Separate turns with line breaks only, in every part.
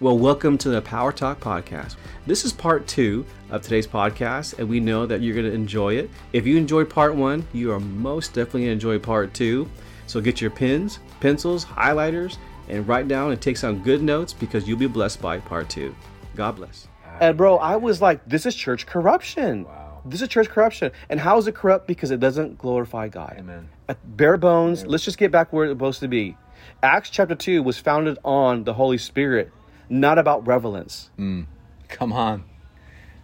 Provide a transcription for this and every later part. Well, welcome to the Power Talk Podcast. This is part two of today's podcast, and we know that you're going to enjoy it. If you enjoyed part one, you are most definitely going to enjoy part two. So get your pens, pencils, highlighters, and write down and take some good notes because you'll be blessed by part two. God bless.
And Uh, bro, I was like, this is church corruption.
Wow.
This is church corruption. And how is it corrupt? Because it doesn't glorify God.
Amen.
At bare bones, let's just get back where it's supposed to be. Acts chapter 2 was founded on the Holy Spirit, not about relevance.
Come on.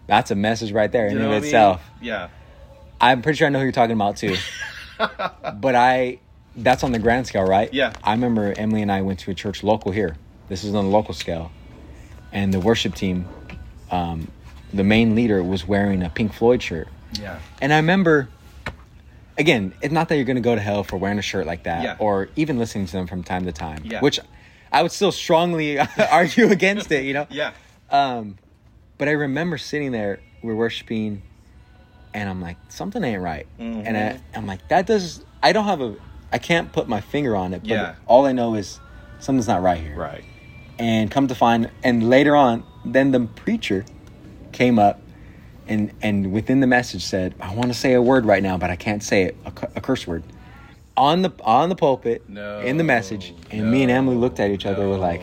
That's a message right there in and
know
of
what I mean?
itself.
Yeah.
I'm pretty sure I know who you're talking about too. but I that's on the grand scale, right?
Yeah.
I remember Emily and I went to a church local here. This is on the local scale. And the worship team, um, the main leader was wearing a Pink Floyd shirt.
Yeah.
And I remember again, it's not that you're gonna go to hell for wearing a shirt like that
Yeah.
or even listening to them from time to time.
Yeah.
Which I would still strongly argue against it, you know?
Yeah.
Um, but I remember sitting there, we're worshiping, and I'm like, something ain't right. And I,
Mm-hmm.
I'm like, that does. I don't have a. I can't put my finger on it. But
Yeah.
all I know is something's not right here.
Right.
And come to find, and later on, then the preacher came up, and and within the message said, I want to say a word right now, but I can't say it, a, cu- a curse word. On the on the pulpit, in the message, and me and Emily looked at each other. We're like,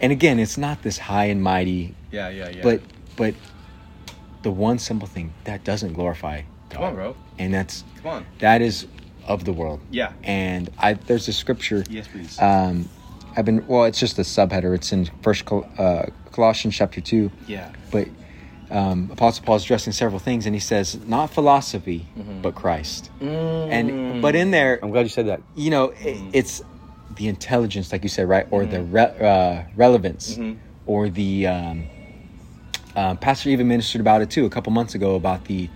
and again, it's not this high and mighty
Yeah, yeah, yeah.
but but the one simple thing that doesn't glorify God,
Come on, bro.
and that's
Come on.
that is of the world.
Yeah.
And I there's a scripture.
Yes, please.
Um, I've been well. It's just a subheader. It's in First Col- uh, Colossians chapter two.
Yeah.
But um, Apostle Paul's addressing several things, and he says not philosophy,
Mm-hmm.
but Christ.
Mm.
And but in there,
I'm glad you said that.
you know, i
Mm.
it's the intelligence, like you said, right, or
Mm-hmm.
the re- uh, relevance, or the um, uh, pastor even ministered about it too a couple months ago about the.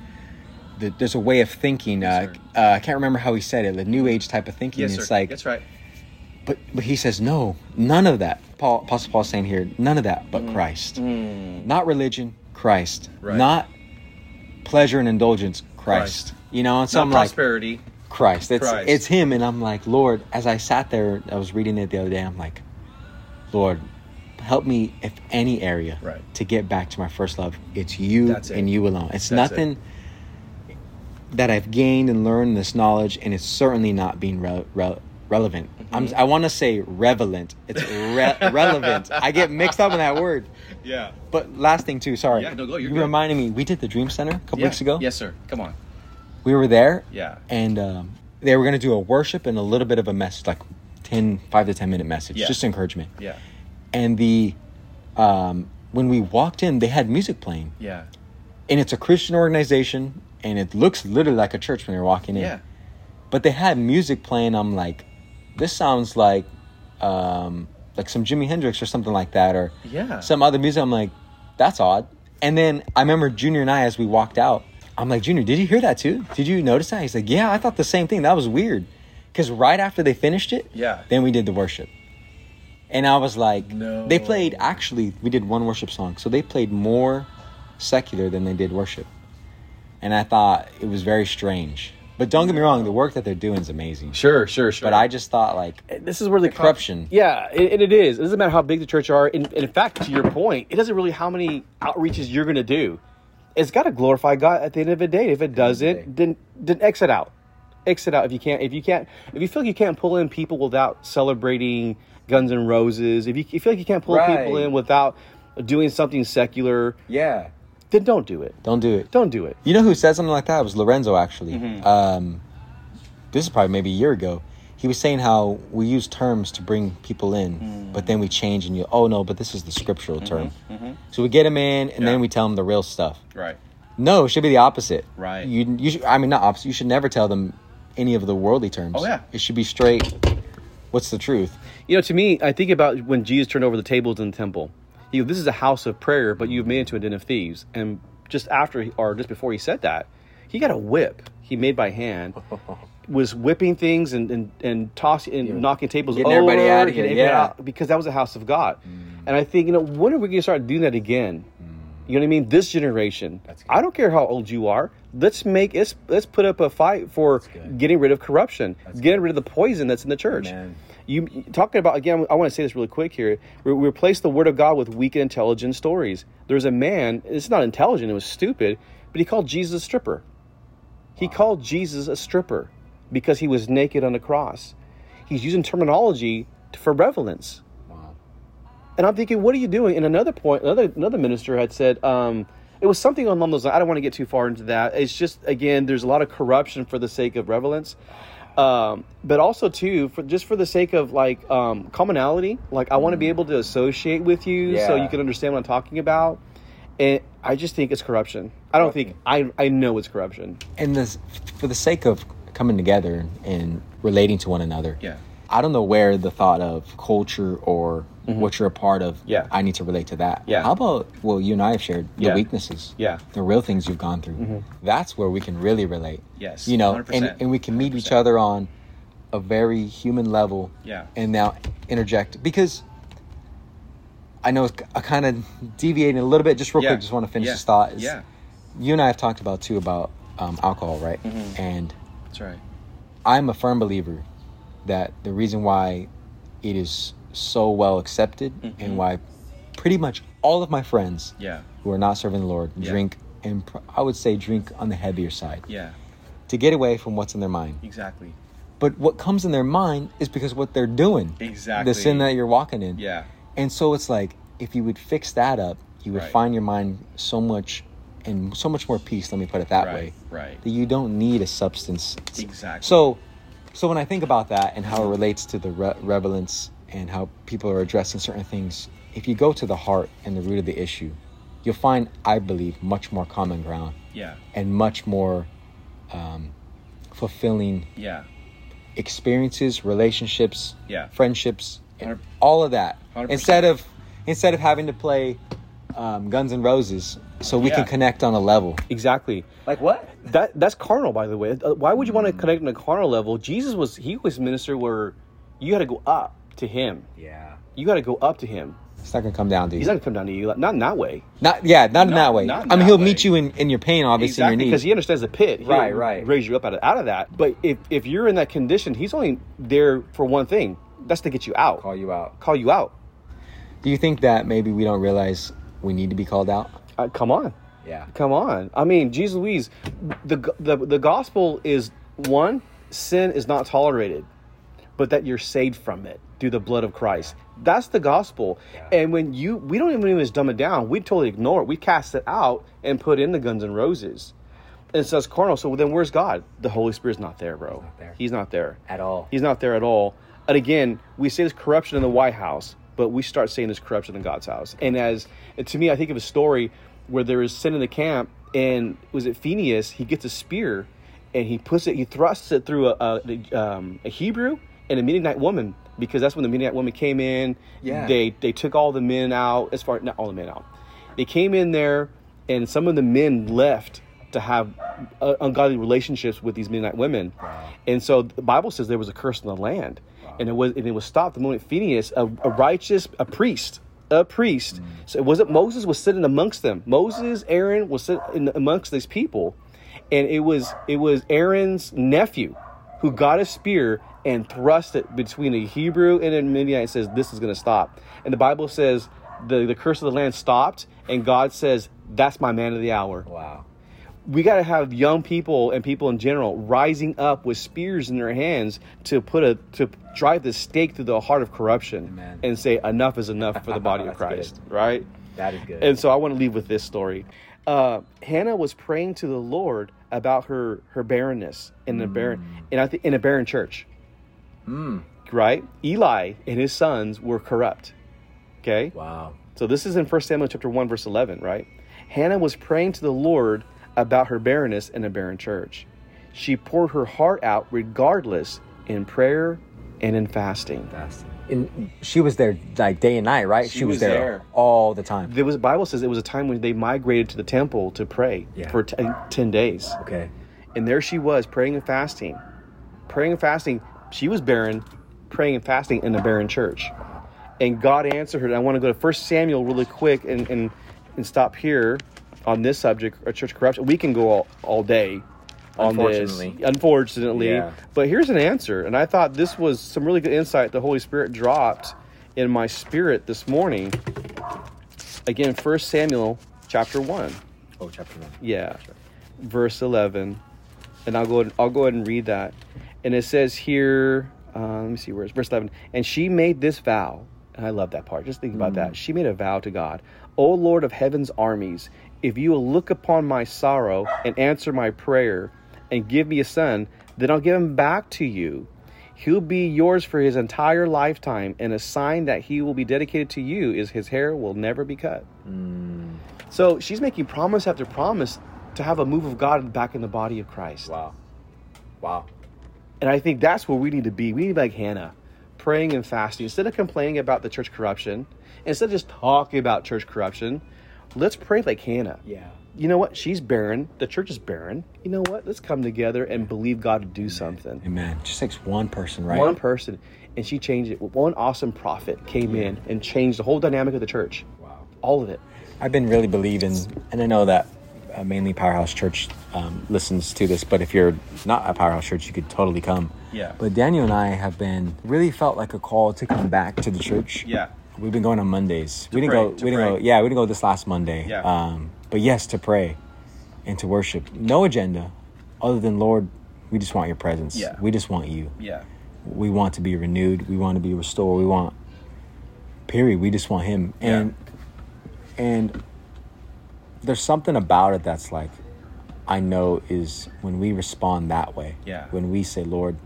the there's a way of thinking. uh, uh, I can't remember how he said it. The new age type of thinking.
Yes,
it's
sir.
like,
That's right.
but but he says no, none of that. Paul, Apostle Paul's saying here, none of that, but Christ, not religion, Christ,
Mm-hmm. Mm. Right.
not pleasure and indulgence, Christ.
Christ.
You know, and so
Not
I'm like,
prosperity.
Christ. It's
Christ.
it's him and I'm like, Lord, as I sat there, I was reading it the other day, I'm like, Lord, help me if any area
Right.
to get back to my first love. It's you
That's it.
and you alone. It's
That's
nothing that I've gained and learned this knowledge and it's certainly not being re- re- relevant.
Mm-hmm.
I'm, I want to say relevant. It's re- relevant. I get mixed up in that word.
yeah.
But last thing too, sorry.
Yeah, no, go, you're
you
good.
reminded me. We did the Dream Center a couple weeks ago.
Yes, sir. Come on.
We were there
Yeah.
and um, they were going to do a worship and a little bit of a message like 10 5 to 10 minute message
Yeah.
just encouragement
Yeah.
and the um, when we walked in they had music playing
Yeah.
and it's a christian organization and it looks literally like a church when you're walking in
Yeah.
but they had music playing i'm like this sounds like um, like some jimi hendrix or something like that or
Yeah.
some other music i'm like that's odd and then i remember junior and i as we walked out i'm like junior did you hear that too did you notice that he's like yeah i thought the same thing that was weird because right after they finished it
Yeah.
then we did the worship and i was like
No.
they played actually we did one worship song so they played more secular than they did worship and i thought it was very strange but don't get me wrong the work that they're doing is amazing
Sure, sure, sure.
but I just thought like
this is where the
corruption.
yeah, it, it is. It doesn't matter how big the church are. In, in fact, to your point, it doesn't really how many outreaches you're going to do. It's got to glorify God at the end of the day. If it doesn't, then then exit out. Exit out if you can't. If you can't. If you feel like you can't pull in people without celebrating Guns and Roses. If you, you feel like you can't pull
Right.
people in without doing something secular,
yeah,
then don't do it.
don't do it.
Don't do it.
You know who said something like that? It was Lorenzo actually.
Mm-hmm.
Um, this is probably maybe a year ago. He was saying how we use terms to bring people in,
Mm.
but then we change and you oh no, but this is the
Mm-hmm.
scriptural term. So we get them in and then we tell them the real stuff.
Right.
No, it should be the opposite.
Right.
You you should, I mean not opposite. You should never tell them any of the worldly terms.
Oh, yeah.
It should be straight. What's the truth?
You know, to me, I think about when Jesus turned over the tables in the temple. You know, this is a house of prayer, but you've made it into a den of thieves. And just after, he- or just before he said that, he got a whip he made by hand, was whipping things and and, and tossing and knocking tables
Getting
over,
everybody outta
getting
here,
everybody
yeah. Mm.
out, because that was a house of God. And I think, you know, when are we going to start doing that again? You know what I mean? This generation. I don't care how old you are. Let's make it's let's put up a fight for getting rid of corruption, getting rid of the poison that's in the church.
Amen.
You talking about again? I want to say this really quick here. We we replace the word of God with weak and intelligent stories. There's a man. It's not intelligent. It was stupid, but he called Jesus a stripper. He called Jesus a stripper because he was naked on the cross. He's using terminology t- for relevance.
Wow.
And I'm thinking, what are you doing? And another point, another another minister had said, um, it was something along those lines. I don't want to get too far into that. It's just again, there's a lot of corruption for the sake of relevance, um, but also too for just for the sake of like um, commonality. Like I want to be able to associate with you so
Yeah.
you can understand what I'm talking about. And I just think it's corruption. I don't think I I know it's corruption.
and this for the sake of coming together and relating to one another.
Yeah.
I don't know where the thought of culture or what you're a part of.
Mm-hmm. Yeah.
I need to relate to that.
Yeah.
How about well, you and I have shared the
Yeah.
weaknesses.
Yeah. Mm-hmm.
The real things you've gone through. That's where we can really relate.
Yes,
You know, and
100%,
and we can meet each
100%.
other on a very human level.
Yeah.
And now interject because I know it's- I kind of deviating a little bit. Just real
Yeah.
quick, just want to finish
Yeah.
this thought. is
Yeah.
You and I have talked about too about um, alcohol, right?
Mm-hmm.
And
That's right.
I'm a firm believer that the reason why it is so well accepted and why pretty much all of my friends
Mm-hmm. Yeah.
who are not serving the Lord
Yeah.
drink and pr- I would say drink on the heavier side
Yeah.
to get away from what's in their mind.
Exactly.
But what comes in their mind is because what they're doing.
Exactly.
The sin that you're walking in.
Yeah.
And so it's like if you would fix that up, you would
Right.
find your mind so much and so much more peace, let me put it that
Right,
way.
right.
That you don't need a substance.
Exactly.
So so when I think about that and how it relates to the re- relevance and how people are addressing certain things, if you go to the heart and the root of the issue, you'll find, I believe, much more common ground
Yeah.
and much more um, fulfilling
Yeah.
experiences, relationships,
Yeah.
friendships, and
Hundred-
all of that.
100%.
Instead of instead of having to play um, Guns and Roses, so we
Yeah.
can connect on a level.
Exactly.
Like what?
That that's carnal, by the way. Uh, Why would you want to connect on a carnal level? Jesus was he was minister where you had to go up to him.
Yeah.
You got to go up to him.
It's not gonna come down to you.
He's not gonna come down to you. Not in that way.
not yeah, not in
Not-
that way.
not in
I mean,
that
he'll
way.
meet you in, in your pain, obviously, in
Exactly,
your
because
needs.
he understands the pit. He'll
Right, right.
Raise you up out of, out of that. But if if you're in that condition, he's only there for one thing. That's to get you out.
Call you out.
Call you out.
Do you think that maybe we don't realize we need to be called out?
Uh, come on,
Yeah.
come on. I mean, Jesus Louise, the, g- the the gospel is one sin is not tolerated, but that you're saved from it through the blood of Christ. That's the gospel. And when you we don't even just dumb it down. We totally ignore it. We cast it out and put in the Guns and Roses. And so it's carnal. So then where's God? The Holy Spirit's not there, bro.
there.
He's not there.
At all.
He's not there at all. And again, we say this corruption in the White House, but we start saying this corruption in God's house. And as and to me, I think of a story where there is sin in the camp, and was it Phineas? He gets a spear, and he puts it, he thrusts it through a, a, um, a Hebrew and a Midianite woman, because that's when the Midianite woman came in.
Yeah.
They they took all the men out, as far not all the men out. They came in there, and some of the men left to have uh, ungodly relationships with these Midianite women. And so the Bible says there was a curse on the land, and it was and it was stopped the moment Phineas, a, a righteous, a priest, a priest. So it wasn't Moses was sitting amongst them. Moses, Aaron was sitting in, amongst these people, and it was it was Aaron's nephew who got a spear and thrust it between a Hebrew and a Midianite. and Says this is going to stop, and the Bible says the the curse of the land stopped, and God says that's my man of the hour
Wow.
we got to have young people and people in general rising up with spears in their hands to put a to drive the stake through the heart of corruption
Amen.
and say enough is enough for the body of
That's good.
Christ, right?
That is good.
And so I want to leave with this story. Uh, Hannah was praying to the Lord about her her barrenness in a barren
Mm.
and I think in a barren church. Right? Eli and his sons were corrupt. Okay?
wow.
So this is in 1 Samuel chapter 1 verse 11, right? Hannah was praying to the Lord about her barrenness in a barren church. She poured her heart out regardless in prayer and in fasting.
Fasting.
And she was there like day and night, right? She, was,
was
there,
there.
all the time.
There was Bible says it was a time when they migrated to the temple to pray
Yeah.
for t- 10 days.
Okay.
And there she was praying and fasting. Praying and fasting. She was barren, praying and fasting in the barren church. And God answered her. And I want to go to 1 Samuel really quick and, and, and stop here on this subject of church corruption. We can go all, all day on
Unfortunately.
this. Unfortunately.
Yeah.
But here's an answer. And I thought this was some really good insight the Holy Spirit dropped in my spirit this morning. Again, 1 Samuel chapter 1.
Oh, chapter one.
Yeah. Verse 11. And I'll go I'll go ahead and read that. And it says here, uh, let me see where it's verse 11. And she made this vow. And I love that part. Just think about that. She made a vow to God. O Lord of heaven's armies, if you will look upon my sorrow and answer my prayer and give me a son, then I'll give him back to you. He'll be yours for his entire lifetime, and a sign that he will be dedicated to you is his hair will never be cut. So she's making promise after promise to have a move of God back in the body of Christ.
Wow. Wow.
And I think that's where we need to be. We need to be like Hannah, praying and fasting. Instead of complaining about the church corruption, instead of just talking about church corruption, let's pray like Hannah.
Yeah.
You know what? She's barren. The church is barren. You know what? Let's come together and believe God to do something.
Amen. Just takes one person, right?
One person, and she changed it. One awesome prophet came in and changed the whole dynamic of the church.
Wow.
All of it.
I've been really believing, and I know that uh, mainly Powerhouse Church um, listens to this, but if you're not at Powerhouse Church, you could totally come.
Yeah.
But Daniel and I have been really felt like a call to come back to the church.
Yeah.
We've been going on Mondays. we didn't
pray,
go.
to
We didn't
pray.
go. Yeah, we didn't go this last Monday.
Yeah.
Um, but yes, to pray and to worship. No agenda, other than Lord, we just want your presence.
Yeah.
We just want you
Yeah.
we want to be renewed we want to be restored we want period we just want him and and there's something about it that's like i know is when we respond that way
Yeah.
when we say lord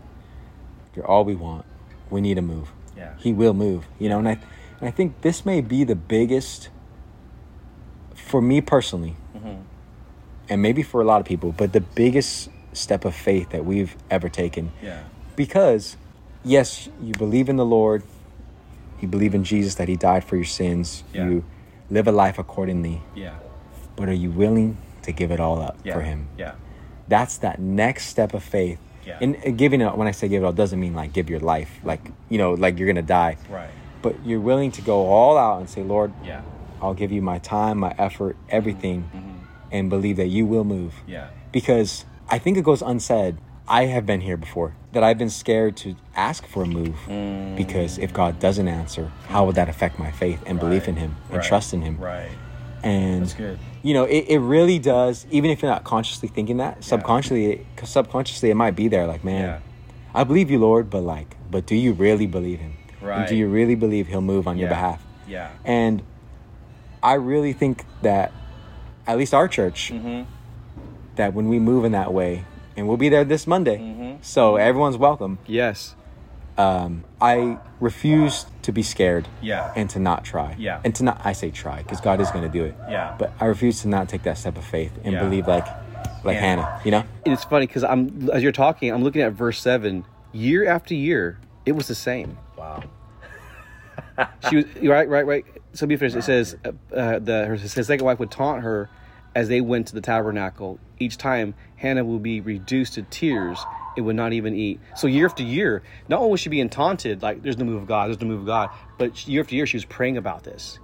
you're all we want we need to move
Yeah.
he will move you know and i and i think this may be the biggest for me personally
Mm-hmm.
and maybe for a lot of people but the biggest step of faith that we've ever taken
Yeah.
because yes you believe in the lord you believe in jesus that he died for your sins
Yeah.
you live a life accordingly
Yeah.
but are you willing to give it all up
Yeah.
for him
Yeah.
that's that next step of faith
Yeah.
and uh, giving it when i say give it all doesn't mean like give your life like you know like you're gonna die
Right.
but you're willing to go all out and say lord
Yeah. Mm-hmm.
i'll give you my time my effort everything and believe that you will move
Yeah.
because I think it goes unsaid. I have been here before that I've been scared to ask for a move because if God doesn't answer, how would that affect my faith and belief in Him and
Right.
trust in Him?
Right.
And
That's good.
you know, it, it really does. Even if you're not consciously thinking that, subconsciously, subconsciously, it might be there. Like, man,
Yeah.
I believe you, Lord, but like, but do you really believe Him? And
Right.
do you really believe He'll move on your
Yeah.
behalf?
Yeah.
And I really think that, at least our church,
Mm-hmm.
that when we move in that way, and we'll be there this Monday,
Mm-hmm.
so everyone's welcome.
Yes.
Um, I refuse to be scared
Yeah.
and to not try.
Yeah.
And to not, I say try, because God is going to do it.
Yeah.
But I refuse to not take that step of faith and
Yeah.
believe like, like
Yeah.
Hannah, you know?
And it's funny because I'm as you're talking, I'm looking at verse seven. Year after year, it was the same.
Wow.
She was right, right, right. So be finished. It says uh, uh, the her, his second wife would taunt her as they went to the tabernacle. Each time, Hannah would be reduced to tears. It would not even eat. So year after year, not only was she being taunted, like there's no move of God, there's no move of God, but she- year after year, she was praying about this.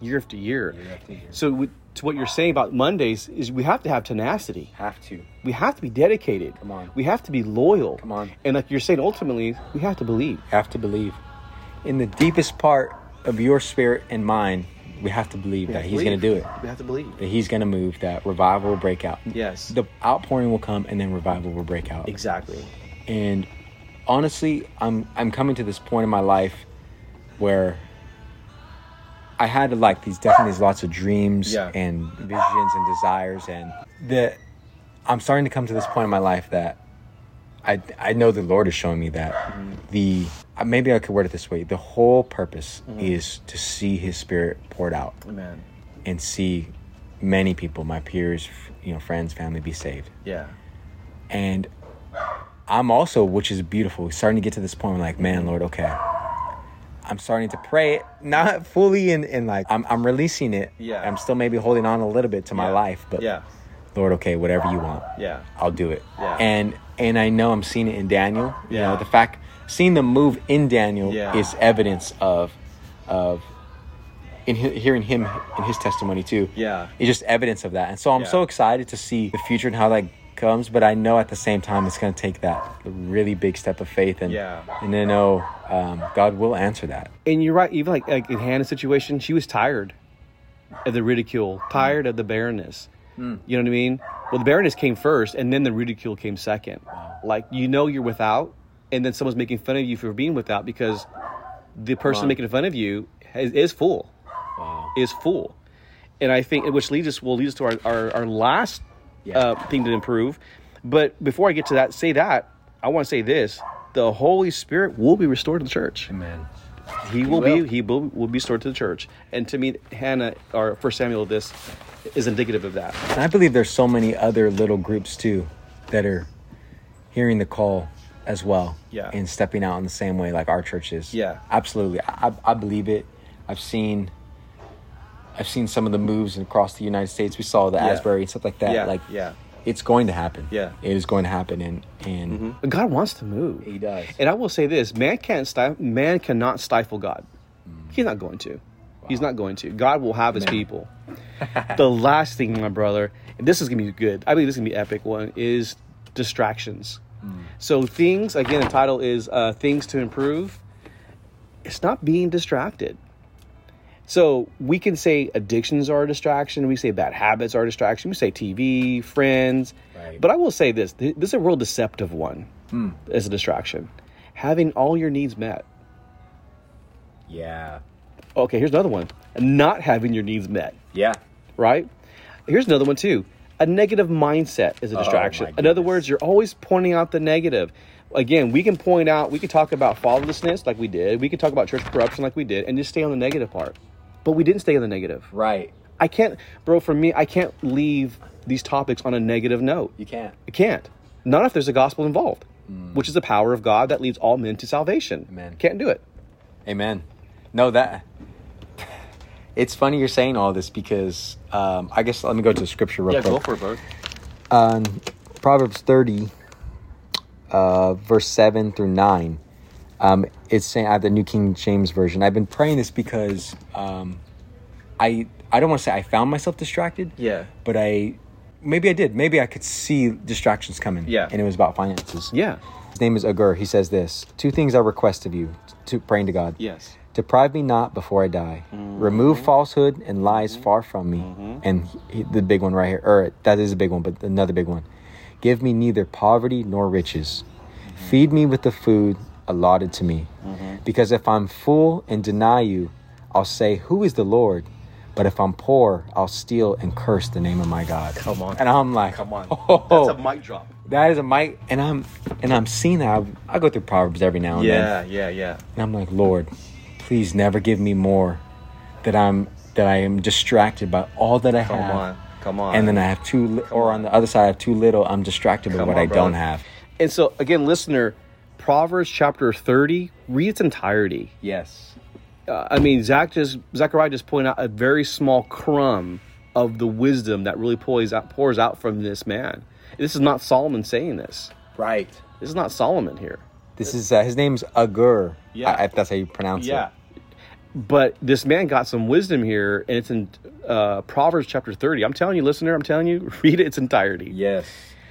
Year after year.
after Hmm. year.
So with, to what you're saying about Mondays is we have to have tenacity.
Have to.
We have to be dedicated.
Come on.
We have to be loyal. Come
on.
And like you're saying, ultimately, we have to believe.
have to believe. In the deepest part of your spirit and mind, we have to believe that He's going to do it.
We have to believe.
that he's going to move that revival will break out
Yes.
the outpouring will come and then revival will break out
Exactly.
and honestly i'm i'm coming to this point in my life where i had like these definitely these lots of dreams
Yeah.
and visions and desires and the i'm starting to come to this point in my life that i i know the lord is showing me that the uh, maybe i could word it this way the whole purpose is to see his spirit poured out
Amen.
and see many people, my peers, f- you know, friends, family, be saved.
Yeah.
And I'm also, which is beautiful, starting to get to this point. Where like, man, Lord, okay, I'm starting to pray, it, not fully, and and like, I'm I'm releasing it.
Yeah.
I'm still maybe holding on a little bit to my
Yeah.
life, but
Yeah.
Lord, okay, whatever you want,
Yeah.
I'll do it.
Yeah.
And and I know I'm seeing it in Daniel. You
Yeah.
know, the fact seeing the move in Daniel
Yeah.
is evidence of of in he- hearing him in his testimony too.
Yeah.
It's just evidence of that. And so I'm
Yeah.
so excited to see the future and how that comes, but I know at the same time it's going to take that really big step of faith, and
Yeah.
and I know um, God will answer that.
And you're right. Even like like in Hannah's situation, she was tired of the ridicule, tired of the barrenness. You know what I mean? Well, the barrenness came first, and then the ridicule came second. Like you know you're without, and then someone's making fun of you for being without because the person making fun of you is, is full, is full. And I think which leads us will lead us to our our, our last uh, thing to improve. But before I get to that, say that I want to say this: the Holy Spirit will be restored to the church.
Amen.
He will,
will.
be he will, will be restored to the church. And to me, Hannah or First Samuel, this is indicative of that.
And I believe there's so many other little groups too that are hearing the call as well
Yeah.
and stepping out in the same way like our church is.
Yeah.
Absolutely. I, I- I believe it. I've seen I've seen some of the moves across the United States. We saw the Asbury and stuff like that.
Yeah,
Like
yeah.
it's going to happen.
Yeah. Mm-hmm.
It is going to happen and and
God wants to move. He
does.
And I will say this: man can't stifle, man cannot stifle God. He's not going to. He's not going to. God will have his people. the last thing, my brother, and this is gonna be good. I believe this is gonna be epic. One is distractions. So things again. The title is uh, things to improve. It's not being distracted. So we can say addictions are a distraction. We say bad habits are a distraction. We say TV, friends.
Right.
But I will say this: th- this is a real deceptive one as a distraction. Having all your needs met.
Yeah.
Okay, here's another one: not having your needs met.
Yeah.
Right? Here's another one too: a negative mindset is a distraction. In other
goodness.
words, you're always pointing out the negative. Again, we can point out, we can talk about fatherlessness like we did. We can talk about church corruption like we did, and just stay on the negative part. But we didn't stay on the negative.
Right.
I can't, bro. For me, I can't leave these topics on a negative note.
You can't.
I can't. Not if there's a gospel involved, which is the power of God that leads all men to salvation.
Amen.
Can't do it.
Amen. No, that it's funny you're saying all this because um, I guess let me go to the scripture real quick.
it, bro.
on Proverbs 30, uh, verse 7 through 9, um, it's saying, I have the New King James Version. I've been praying this because um, I, I don't want to say I found myself distracted.
Yeah.
But I, maybe I did. Maybe I could see distractions coming.
Yeah.
And it was about finances.
Yeah.
His name is Agur. He says this Two things I request of you, to praying to God.
Yes.
Deprive me not before I die.
Mm-hmm.
Remove falsehood and lies far from me. And he, the big one right here, or that is a big one, but another big one. Give me neither poverty nor riches.
Mm-hmm.
Feed me with the food allotted to me. Because if I'm full and deny you, I'll say, Who is the Lord? But if I'm poor, I'll steal and curse the name of my God. Come
on.
And I'm like,
Come on.
Oh,
That's a mic drop.
that is a mic. And I'm and I'm seeing that. I, I go through Proverbs every now and then.
Yeah. Yeah. Yeah.
And I'm like, Lord, please never give me more that I'm that I am distracted by all that I
Come
have.
on. Come on.
And then I have too, li- or on the other side, I have too little. I'm distracted by
Come
what
on,
I don't
brother.
have.
And so, again, listener, Proverbs chapter 30, read its entirety.
yes.
Uh, I mean, Zach just, Zachariah just pointed out a very small crumb of the wisdom that really pours out, pours out from this man. This is not Solomon saying this.
Right.
This is not Solomon here.
This is uh, his name's Agur.
Yeah.
I- if that's how you pronounce
Yeah.
it.
but this man got some wisdom here and it's in uh, proverbs chapter 30 i'm telling you listener i'm telling you read it its entirety
Yes.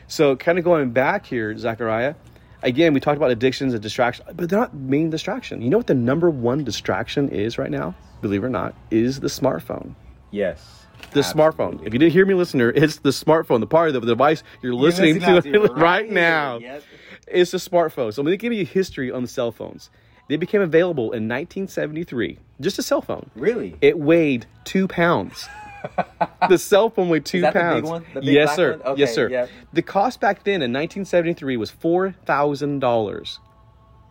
so kind of going back here zachariah again we talked about addictions and distractions but they're not main distraction you know what the number one distraction is right now believe it or not is the smartphone
Yes.
the smartphone if you didn't hear me listener it's the smartphone the part of the device you're listening,
listening
to,
out to
right,
right
now
here, yes.
it's the smartphone so i'm going to give you history on the cell phones they became available in 1973 just a cell phone
Really?
it weighed two pounds. the cell phone weighed two
that the big
pounds.
one? The big
yes,
black
sir.
one? Okay,
yes, sir.
yeah.
The cost back then in 1973 was four thousand dollars.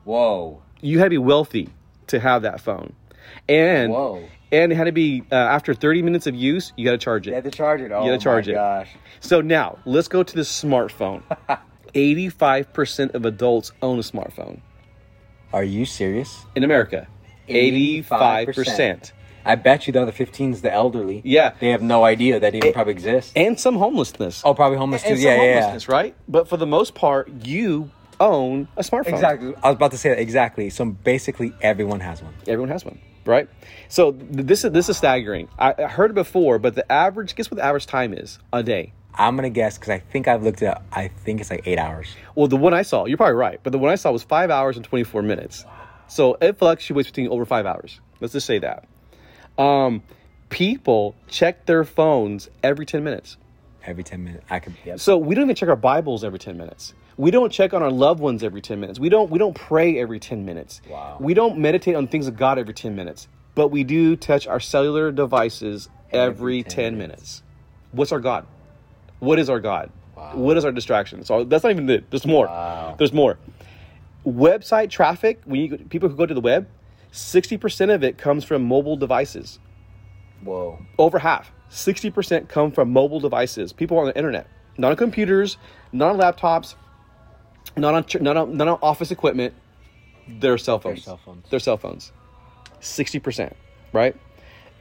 Whoa.
You had to be wealthy to have that phone, and
Whoa.
and it had to be uh, after 30 minutes of use. You got to charge it.
You had to charge it. Oh
gotta charge
my
it.
gosh.
So now let's go to the smartphone. 85% of adults own a smartphone
Are you serious?
in America. 85%.
I bet you the other 15's the elderly.
Yeah.
They have no idea that
Eh,
even probably exists.
And some homelessness.
oh, probably homeless too.
and
Yeah,
some
yeah, yeah.
homelessness, right? But for the most part, you own a smartphone.
Exactly. I was about to say that. Exactly. So basically, everyone has one.
Everyone has one, right? So th- this is this is staggering. I, I heard it before, but the average guess what the average time is a day
I'm gonna guess because I think I've looked it up. I think it's like eight hours.
Well, the one I saw, you're probably right, but the one I saw was five hours and 24 minutes. So it fluctuates between over five hours. Let's just say that. Um, people check their phones every 10 minutes.
Every ten minutes, I could. Yep.
So we don't even check our Bibles every 10 minutes. We don't check on our loved ones every 10 minutes. We don't we don't pray every 10 minutes.
Wow.
We don't meditate on things of God every 10 minutes. But we do touch our cellular devices every, 10, minutes. What's our God? What is our God? What is our distraction? So that's not even it. There's more. There's more. Website traffic, when you people who go to the web, 60% of it comes from mobile devices
Whoa.
over half 60% come from mobile devices people on the internet not on computers not on laptops not on not on, not on office equipment their cell phones
cell phones.
their cell phones 60% right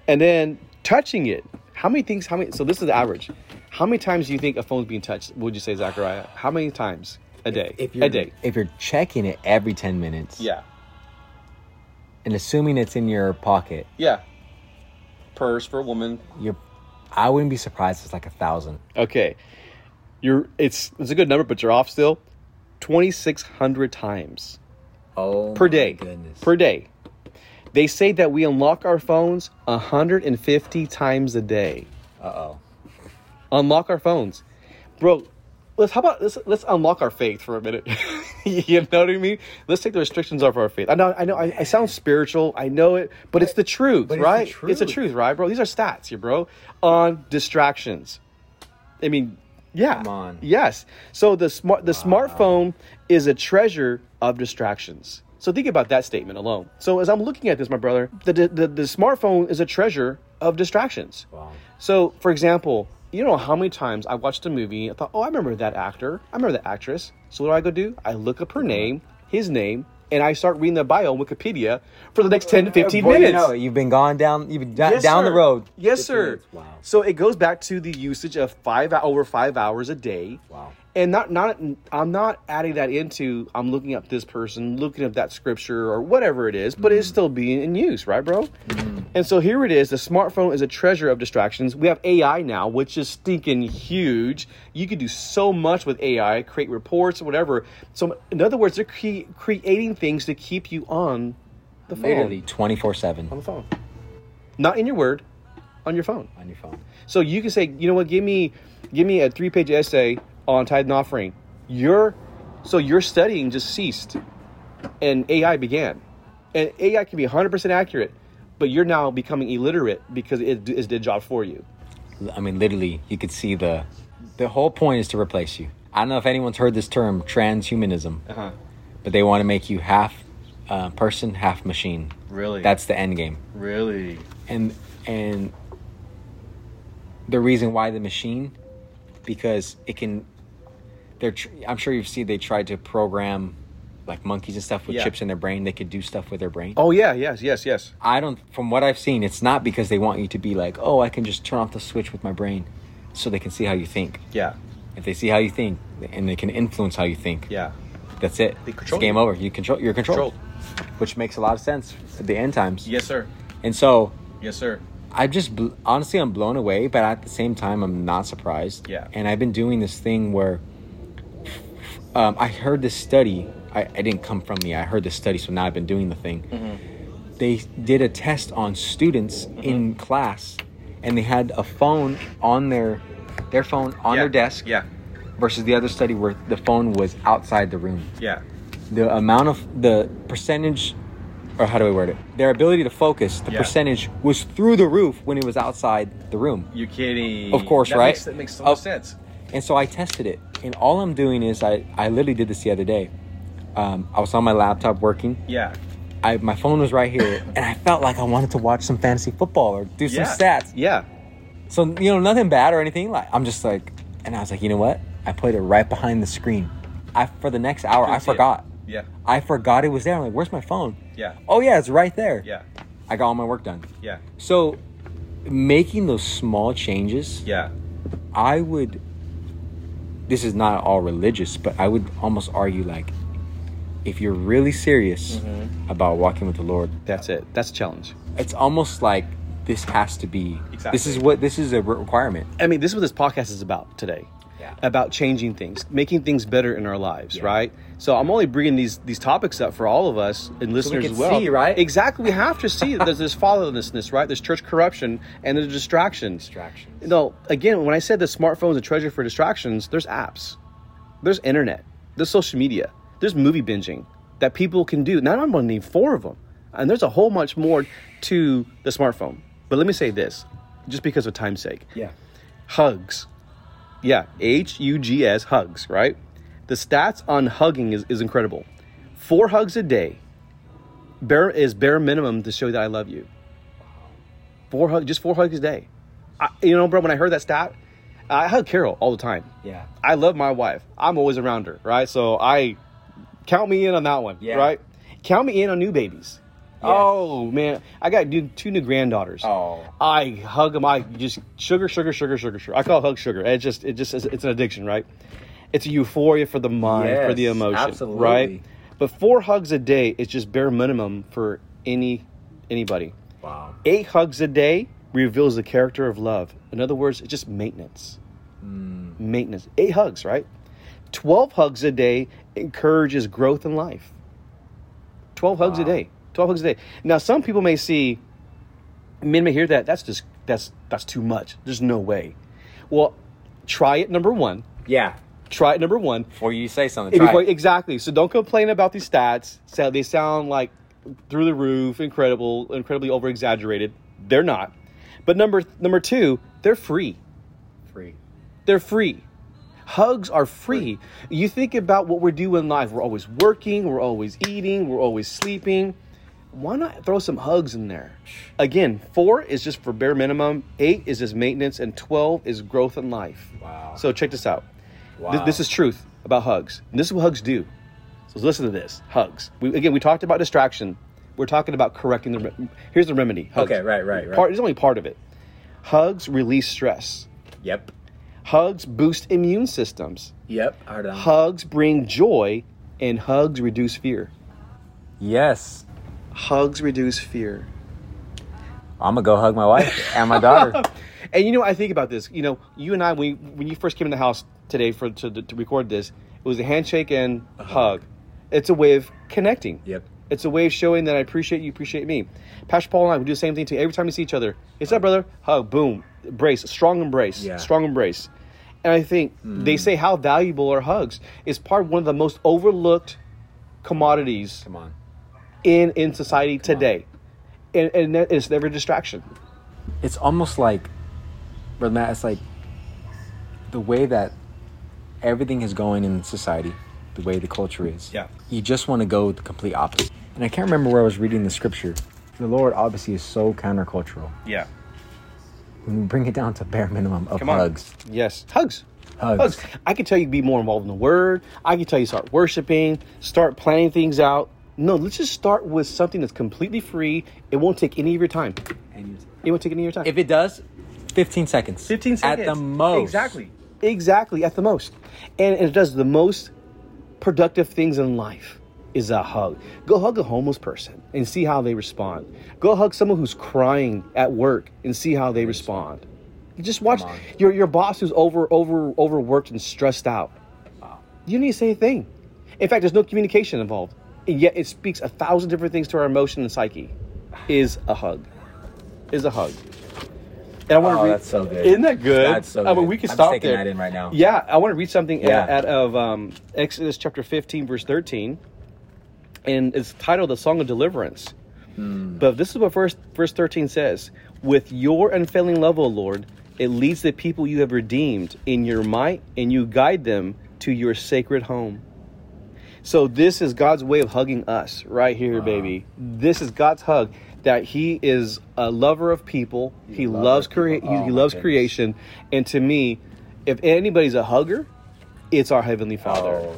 and then touching it how many things how many so this is the average how many times do you think a phone's being touched would you say zachariah how many times a day
If you're
a day
if you're checking it every ten minutes,
yeah
and assuming it's in your pocket,
yeah purse for a woman
you're. I wouldn't be surprised if it's like a thousand.
Okay. You're it's it's a good number, but you're off still. Twenty six hundred times
Oh.
per day. Per day. They say that we unlock our phones hundred and fifty times a day.
uh oh.
Unlock our phones. Bro, let's how about let's let's unlock our faith for a minute. you know what I mean? Let's take the restrictions off our faith. I know I know I, I sound spiritual, I know it, but it's the truth,
but it's the
right? It's the
truth.
truth, right, bro? These are stats here, bro. On distractions. I mean, yeah.
Come on.
Yes. So the smart the smartphone is a treasure of distractions. So think about that statement alone. So as I'm looking at this, my brother, the the, the, the smartphone is a treasure of distractions.
Wow.
So for example, you know how many times I watched a movie, I thought, oh, I remember that actor, I remember that actress. So what do I go do? I look up her name, his name, and I start reading the bio on Wikipedia for the next 10 to 15
Before
minutes.
you know it, you've been gone down. You've been da-
Yes,
down
sir.
the road.
Yes,
15
sir.
minutes. Wow.
So it goes back to the usage of five over five hours a day.
Wow.
And not not I'm not adding that into I'm looking up this person, looking up that scripture or whatever it is, but it's
Mm.
still being in use, right, bro? And so here it is. The smartphone is a treasure of distractions. We have AI now, which is stinking huge. You can do so much with AI, create reports, whatever. So in other words, they're cre- creating things to keep you on the phone.
Literally twenty four
On
seven
the phone. Not in your word, on your phone.
on your phone.
So you can say, you know what, give me give me a three page essay on tithe and offering. Your so your studying just ceased and AI began. And AI can be 100% accurate, but you're now becoming illiterate because it is the job for you.
I mean, literally, you could see the the whole point is to replace you. I don't know if anyone's heard this term transhumanism,
Uh-huh.
but they want to make you half uh, person, half machine.
Really?
That's the end game,
really.
and and the reason why the machine, because it can. They're. Tr- I'm sure you've seen they tried to program, like monkeys and stuff with
Yeah.
chips in their brain. They could do stuff with their brain.
Oh yeah, yes, yes, yes.
I don't, from what I've seen, it's not because they want you to be like, oh, I can just turn off the switch with my brain so they can see how you think.
Yeah.
If they see how you think and they can influence how you think,
Yeah.
that's it.
They
It's
control
game
you.
over. You control, you're controlled, which makes a lot of sense at the end times.
Yes, sir.
And so
Yes, sir.
I just, bl- honestly, I'm blown away, but at the same time, I'm not surprised.
Yeah.
And I've been doing this thing where um, I heard this study. I, I didn't come from me. I heard this study, so now I've been doing the thing.
Mm-hmm.
They did a test on students in class, and they had a phone on their their phone on their desk
Yeah.
versus the other study where the phone was outside the room.
Yeah.
The amount of the percentage, or how do I word it? Their ability to focus, the
Yeah.
percentage was through the roof when it was outside the room.
You're kidding.
Of course, right? Oh.
sense.
And so I tested it. And all I'm doing is I, I literally did this the other day. Um, I was on my laptop working.
Yeah.
I, my phone was right here, and I felt like I wanted to watch some fantasy football or do some
yeah.
stats.
Yeah.
So you know, nothing bad or anything. Like I'm just like, and I was like, you know what? I put it right behind the screen. I for the next hour, I
Couldn't see it.
forgot.
Yeah.
I forgot it was there. I'm like, where's my phone?
Yeah.
Oh yeah, it's right there.
Yeah.
I got all my work done.
Yeah.
So making those small changes,
Yeah.
I would. This is not all religious, but I would almost argue like, if you're
Mm-hmm.
really serious about walking with the Lord,
That's it. That's a challenge.
it's almost like this has to be. This
Exactly.
is what this is a re- requirement.
I mean, this is what this podcast is about today.
Yeah.
About changing things, making things better in our lives, right? So I'm only bringing these these topics up for all of us and listeners
can
as well.
see, right?
Exactly. We have to see that there's this fatherlessness, right? There's church corruption and there's distractions.
Distractions.
No, again, when I said the smartphones a treasure for distractions, there's apps, there's internet, there's social media, there's movie binging that people can do. Now I'm gonna need four of them, and there's a whole much more to the smartphone. But let me say this, just because of time's sake
Yeah.
hugs. Yeah, H U G S, hugs, right? The stats on hugging is, is incredible. Four hugs a day bare, is bare minimum to show that I love you. Four hugs, just four hugs a day. I, you know, bro, when I heard that stat, I hug Carol all the time.
Yeah.
I love my wife. I'm always around her, right? So I count me in on that one,
Yeah.
right? Count me in on new babies.
Yes.
Oh man, I got new- two new granddaughters.
Oh.
I hug them. I just sugar, sugar, sugar, sugar, sugar. I call it hug sugar. It just, it just, is- it's an addiction, right? It's a euphoria for the mind, for the
Yes,
emotion,
absolutely.
right? But four hugs a day is just bare minimum for any anybody.
Wow.
Eight hugs a day reveals the character of love. In other words, it's just maintenance. Maintenance. Eight hugs, right? 12 hugs a day encourages growth in life. 12 hugs a day. 12 hugs a day. Now, some people may see, men may hear that, that's just, that's, that's too much. There's no way. Well, try it, number one.
Yeah.
Try it, number one.
Before you say something,
And
try
before-
it.
exactly. So don't complain about these stats. So they sound like through the roof, incredible, incredibly over exaggerated. They're not. But number number two, they're free.
Free.
They're free. Hugs are free. You think about what we do in life. We're always working. We're always eating. We're always sleeping. Why not throw some hugs in there? Again, four is just for bare minimum. Eight is just maintenance, and twelve is growth in life.
Wow.
So check this out. Th-
Wow.
This, is truth about hugs. And this is what hugs do. So listen to this. Hugs. We, again, we talked about distraction. We're talking about correcting the. Re- Here's the remedy. Hugs.
Okay, right, right, right.
Part is only part of it. Hugs release stress.
Yep.
Hugs boost immune systems.
Yep. I heard that.
Hugs bring joy, and hugs reduce fear.
Yes,
Hugs reduce fear.
I'm gonna go hug my wife and my daughter.
And you know, I think about this. You know, you and I, when when you first came in the house today for to, to record this, it was a handshake and a hug. It's a way of connecting.
Yep.
It's a way of showing that I appreciate you, appreciate me. Pastor Paul and I, we do the same thing too. Every time we see each other, it's up, brother. Hug, boom, embrace, strong embrace,
Yeah.
strong embrace. And I think they say how valuable are hugs. It's part of one of the most overlooked commodities
Come on.
in in society today, and, and that- it's never a distraction.
it's almost like, Brother Matt, it's like the way that everything is going in society, the way the culture is.
Yeah.
You just want to go with the complete opposite. And I can't remember where I was reading the scripture. The Lord obviously is so countercultural.
Yeah.
When we bring it down to bare minimum of
on.
hugs.
Yes. Hugs.
Hugs.
I can tell you be more involved in the word. I can tell you start worshiping, start planning things out. No, let's just start with something that's completely free. It won't take any of your time.
And
It won't take any of your time.
if it does, 15 seconds.
15 seconds.
At the most.
Exactly. Exactly, at the most. And it does the most productive things in life is a hug. Go hug a homeless person and see how they respond. Go hug someone who's crying at work and see how they respond. You just watch your, your boss who's over over overworked and stressed out. You don't need to say a thing. In fact, there's no communication involved. And yet it speaks a thousand different things to our emotion and psyche. Is a hug. Is a hug. And I want to
Oh,
read
that's so good.
Isn't that good?
That's so
I mean,
good.
we could
I'm
stop
taking
there.
that in right now.
Yeah, I want to read something
Yeah.
out, out of um, Exodus chapter 15, verse 13, and it's titled "The Song of Deliverance." But this is what verse verse 13 says: "With your unfailing love, O Lord, it leads the people you have redeemed in your might, and you guide them to your sacred home." So this is God's way of hugging us right here, baby. This is God's hug that He is a lover of people. He
lover
loves
of people.
crea-
Oh,
He, he
my
loves
goodness.
creation, and to me, if anybody's a hugger, it's our heavenly Father.
Oh.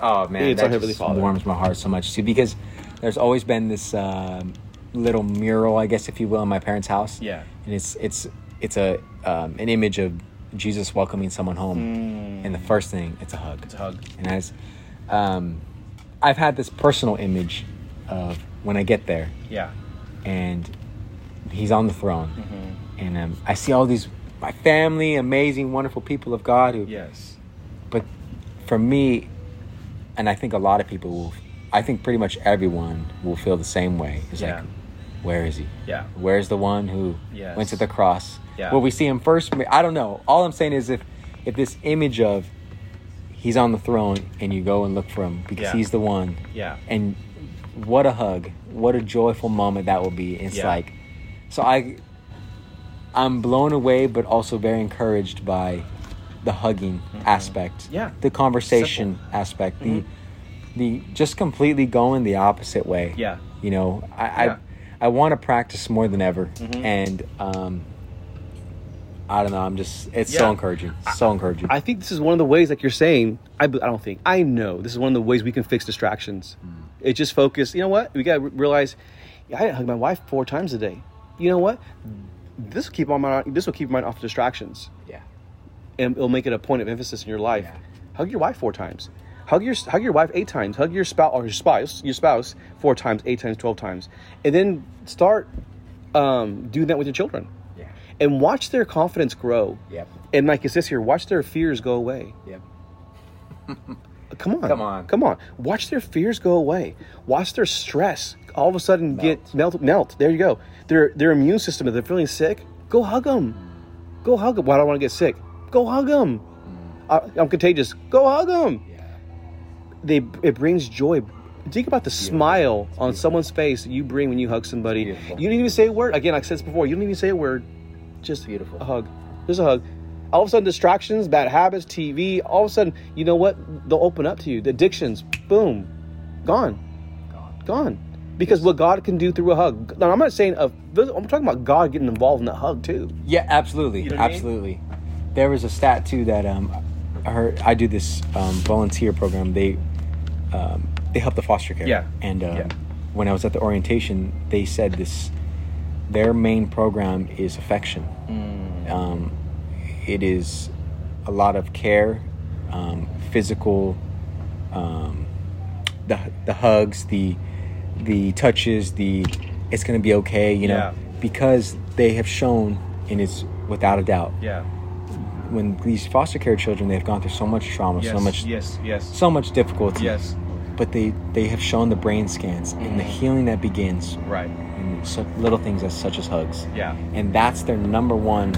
Oh man,
It's
that
our Heavenly
just
Father.
warms my heart so much too because there's always been this um little mural, I guess if you will, in my parents' house.
Yeah.
and it's it's it's a um, an image of Jesus welcoming someone home, and the first thing it's a hug. Hmm. It's a
hug.
and as um, I've had this personal image of when I get there,
Yeah.
and he's on the throne, and um, I see all these my family, amazing, wonderful people of God who
Yes.
but for me and i think a lot of people will i think pretty much everyone will feel the same way it's
Yeah.
like where is he
Yeah.
where's the one who
Yes.
went to the cross
Yeah.
will we see him first i don't know all i'm saying is if if this image of he's on the throne and you go and look for him because
Yeah.
he's the one
Yeah.
and what a hug what a joyful moment that will be it's
Yeah.
like so i i'm blown away but also very encouraged by the hugging aspect
Mm-hmm. Yeah. Mm-hmm.
the conversation aspect the the just completely going the opposite way
Yeah.
you know i
Yeah. Mm-hmm.
i, I want to practice more than ever and um i don't know i'm just it's so
Yeah.
encouraging so encouraging
I think this is one of the ways, like you're saying, I, be- I don't think, I know this is one of the ways we can fix distractions.
Hmm.
It just focus, you know what? We got to realize, I didn't hug my wife four times a day. You know what?
Hmm.
This will keep my mind, this will keep my mind off the distractions
yeah
and it'll make it a point of emphasis in your life.
Yeah.
Hug your wife four times. Hug your hug your wife eight times. Hug your spouse or your spouse your spouse four times, eight times, twelve times, and then start um, doing that with your children,
yeah
and watch their confidence grow.
Yep.
And like it says here, watch their fears go away.
yep
Come on.
Come on.
Come on. Watch their fears go away. Watch their stress all of a sudden get melt melt. There you go. Their their immune system if they're feeling sick, go hug them. Go hug them. Why do I want to get sick? Go hug them. I, am contagious. Go hug them.
Mm. yeah
They it brings joy. Think about the smile on someone's face that you bring when you hug somebody. You
beautiful.
don't even say a word. Again, like I said this before, you don't even say a word. Just
Beautiful.
a hug. Just a hug. All of a sudden, distractions, bad habits, TV. All of a sudden, you know what? They'll open up to you. The addictions, boom, gone, gone. Because what God can do through a hug. Now, I'm not saying of. I'm talking about God getting involved in that hug too.
Yeah, absolutely,
know what I mean?
absolutely. There was a stat too that um, I heard. I do this um, volunteer program. They um, they help the foster care.
Yeah.
And um,
Yeah.
when I was at the orientation, they said this. Their main program is affection.
Mm.
Um, it is a lot of care, um, physical, um, the the hugs, the the touches, the it's gonna be okay, you know,
Yeah.
because they have shown, and it's without a doubt,
Yeah.
when these foster care children they have gone through so much trauma,
Yes.
so much,
Yes. Yes.
so much difficulty,
Yes.
but they they have shown the brain scans and the healing that begins
Right.
in such little things as such as hugs,
Yeah.
and that's their number one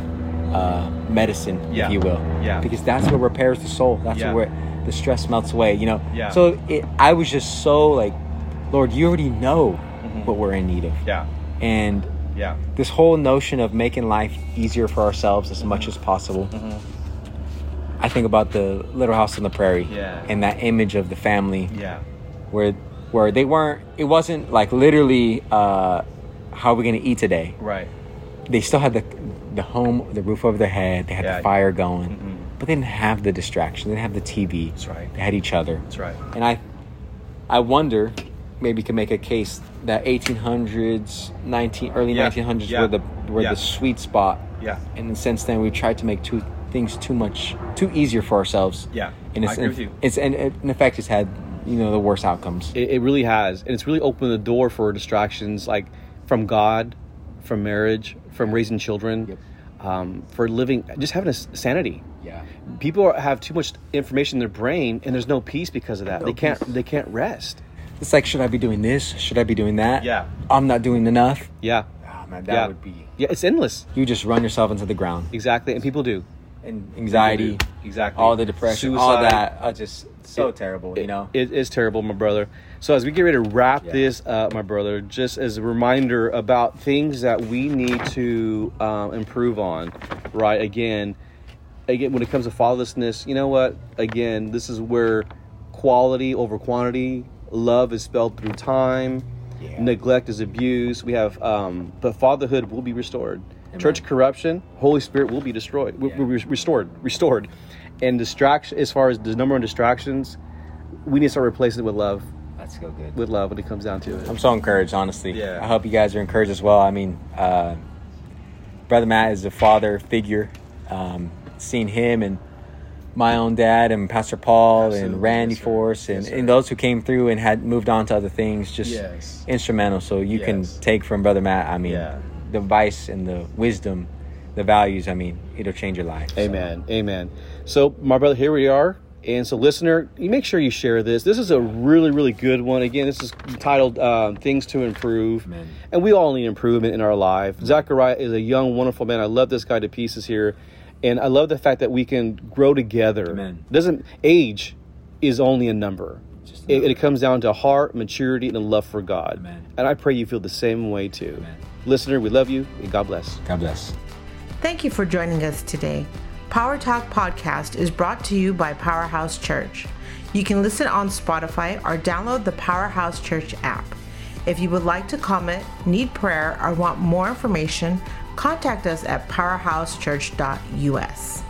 uh, medicine,
Yeah.
if you will.
Yeah.
Because that's what repairs the soul. That's
Yeah.
where the stress melts away. You know.
Yeah.
So it, I was just so like, Lord, you already know what we're in need of,
Mm-hmm. Yeah.
and
Yeah.
this whole notion of making life easier for ourselves as much as possible. I think about the Little House on the Prairie
Mm-hmm. Yeah.
and that image of the family
Yeah.
where where they weren't. It wasn't like literally, uh, how are we going to eat today?
Right.
they still had the the home, the roof over their head. They had
Yeah. Mm-hmm.
the fire going, but they didn't have the distraction. They didn't have the TV.
That's right.
They had each other.
That's right.
And I, I wonder, maybe you can make a case that 1800s, 19, early
Yeah.
1900s
Yeah.
were the were
Yeah.
the sweet spot.
Yeah.
And since then, we've tried to make two things too much, too easier for ourselves.
Yeah.
And it's
I agree with you.
it's and it, in effect, it's had you know the worst outcomes.
It, it really has, and it's really opened the door for distractions like from God, from marriage, from raising children, um, for living, just having a s- sanity.
yeah.
People are, have too much information in their brain, and there's no peace because of that. they can't. They can't rest.
It's like, should I be doing this? Should I be doing that?
Yeah.
I'm not doing enough.
Yeah,
Ah, man, that
Yeah.
would be.
yeah. It's endless.
you just run yourself into the ground
Exactly, and people do.
and anxiety
Exactly.
all the depression all
Suicide.
that uh, just so terrible you know
It is terrible, my brother. So as we get ready to wrap
Yeah.
this up, my brother, just as a reminder about things that we need to um, improve on, right? Again, again, when it comes to fatherlessness, you know what? Again, this is where quality over quantity, love is spelled through time,
Yeah.
neglect is abuse. We have, um, but fatherhood will be restored. Church corruption, Holy Spirit will be destroyed, will- will be restored, restored. And distraction, as far as the number of distractions, we need to start replacing it with love.
let's go good
With love, when it comes down to it.
i'm so encouraged honestly
Yeah.
i hope you guys are encouraged as well i mean uh, brother matt is a father figure um, seeing him and my own dad and pastor paul
Absolutely.
and randy
Yes, sir.
force and,
Yes, sir.
and those who came through and had moved on to other things just
Yes.
instrumental so you
Yes.
can take from brother matt i mean
Yeah.
the vice and the wisdom, the values. I mean, it'll change your life. So,
Amen. Amen. So, my brother, here we are. And so, listener, you make sure you share this. This is a really, really good one. Again, this is titled um, "Things to Improve,"
Amen.
and we all need improvement in our life. Zachariah is a young, wonderful man. I love this guy to pieces here, and I love the fact that we can grow together.
Amen.
Doesn't age is only a number.
Just a
It,
number.
it comes down to heart, maturity, and a love for God.
Amen.
And I pray you feel the same way too.
Amen.
Listener, we love you and God bless.
God bless.
Thank you for joining us today. Power Talk Podcast is brought to you by Powerhouse Church. You can listen on Spotify or download the Powerhouse Church app. If you would like to comment, need prayer, or want more information, contact us at powerhousechurch.us.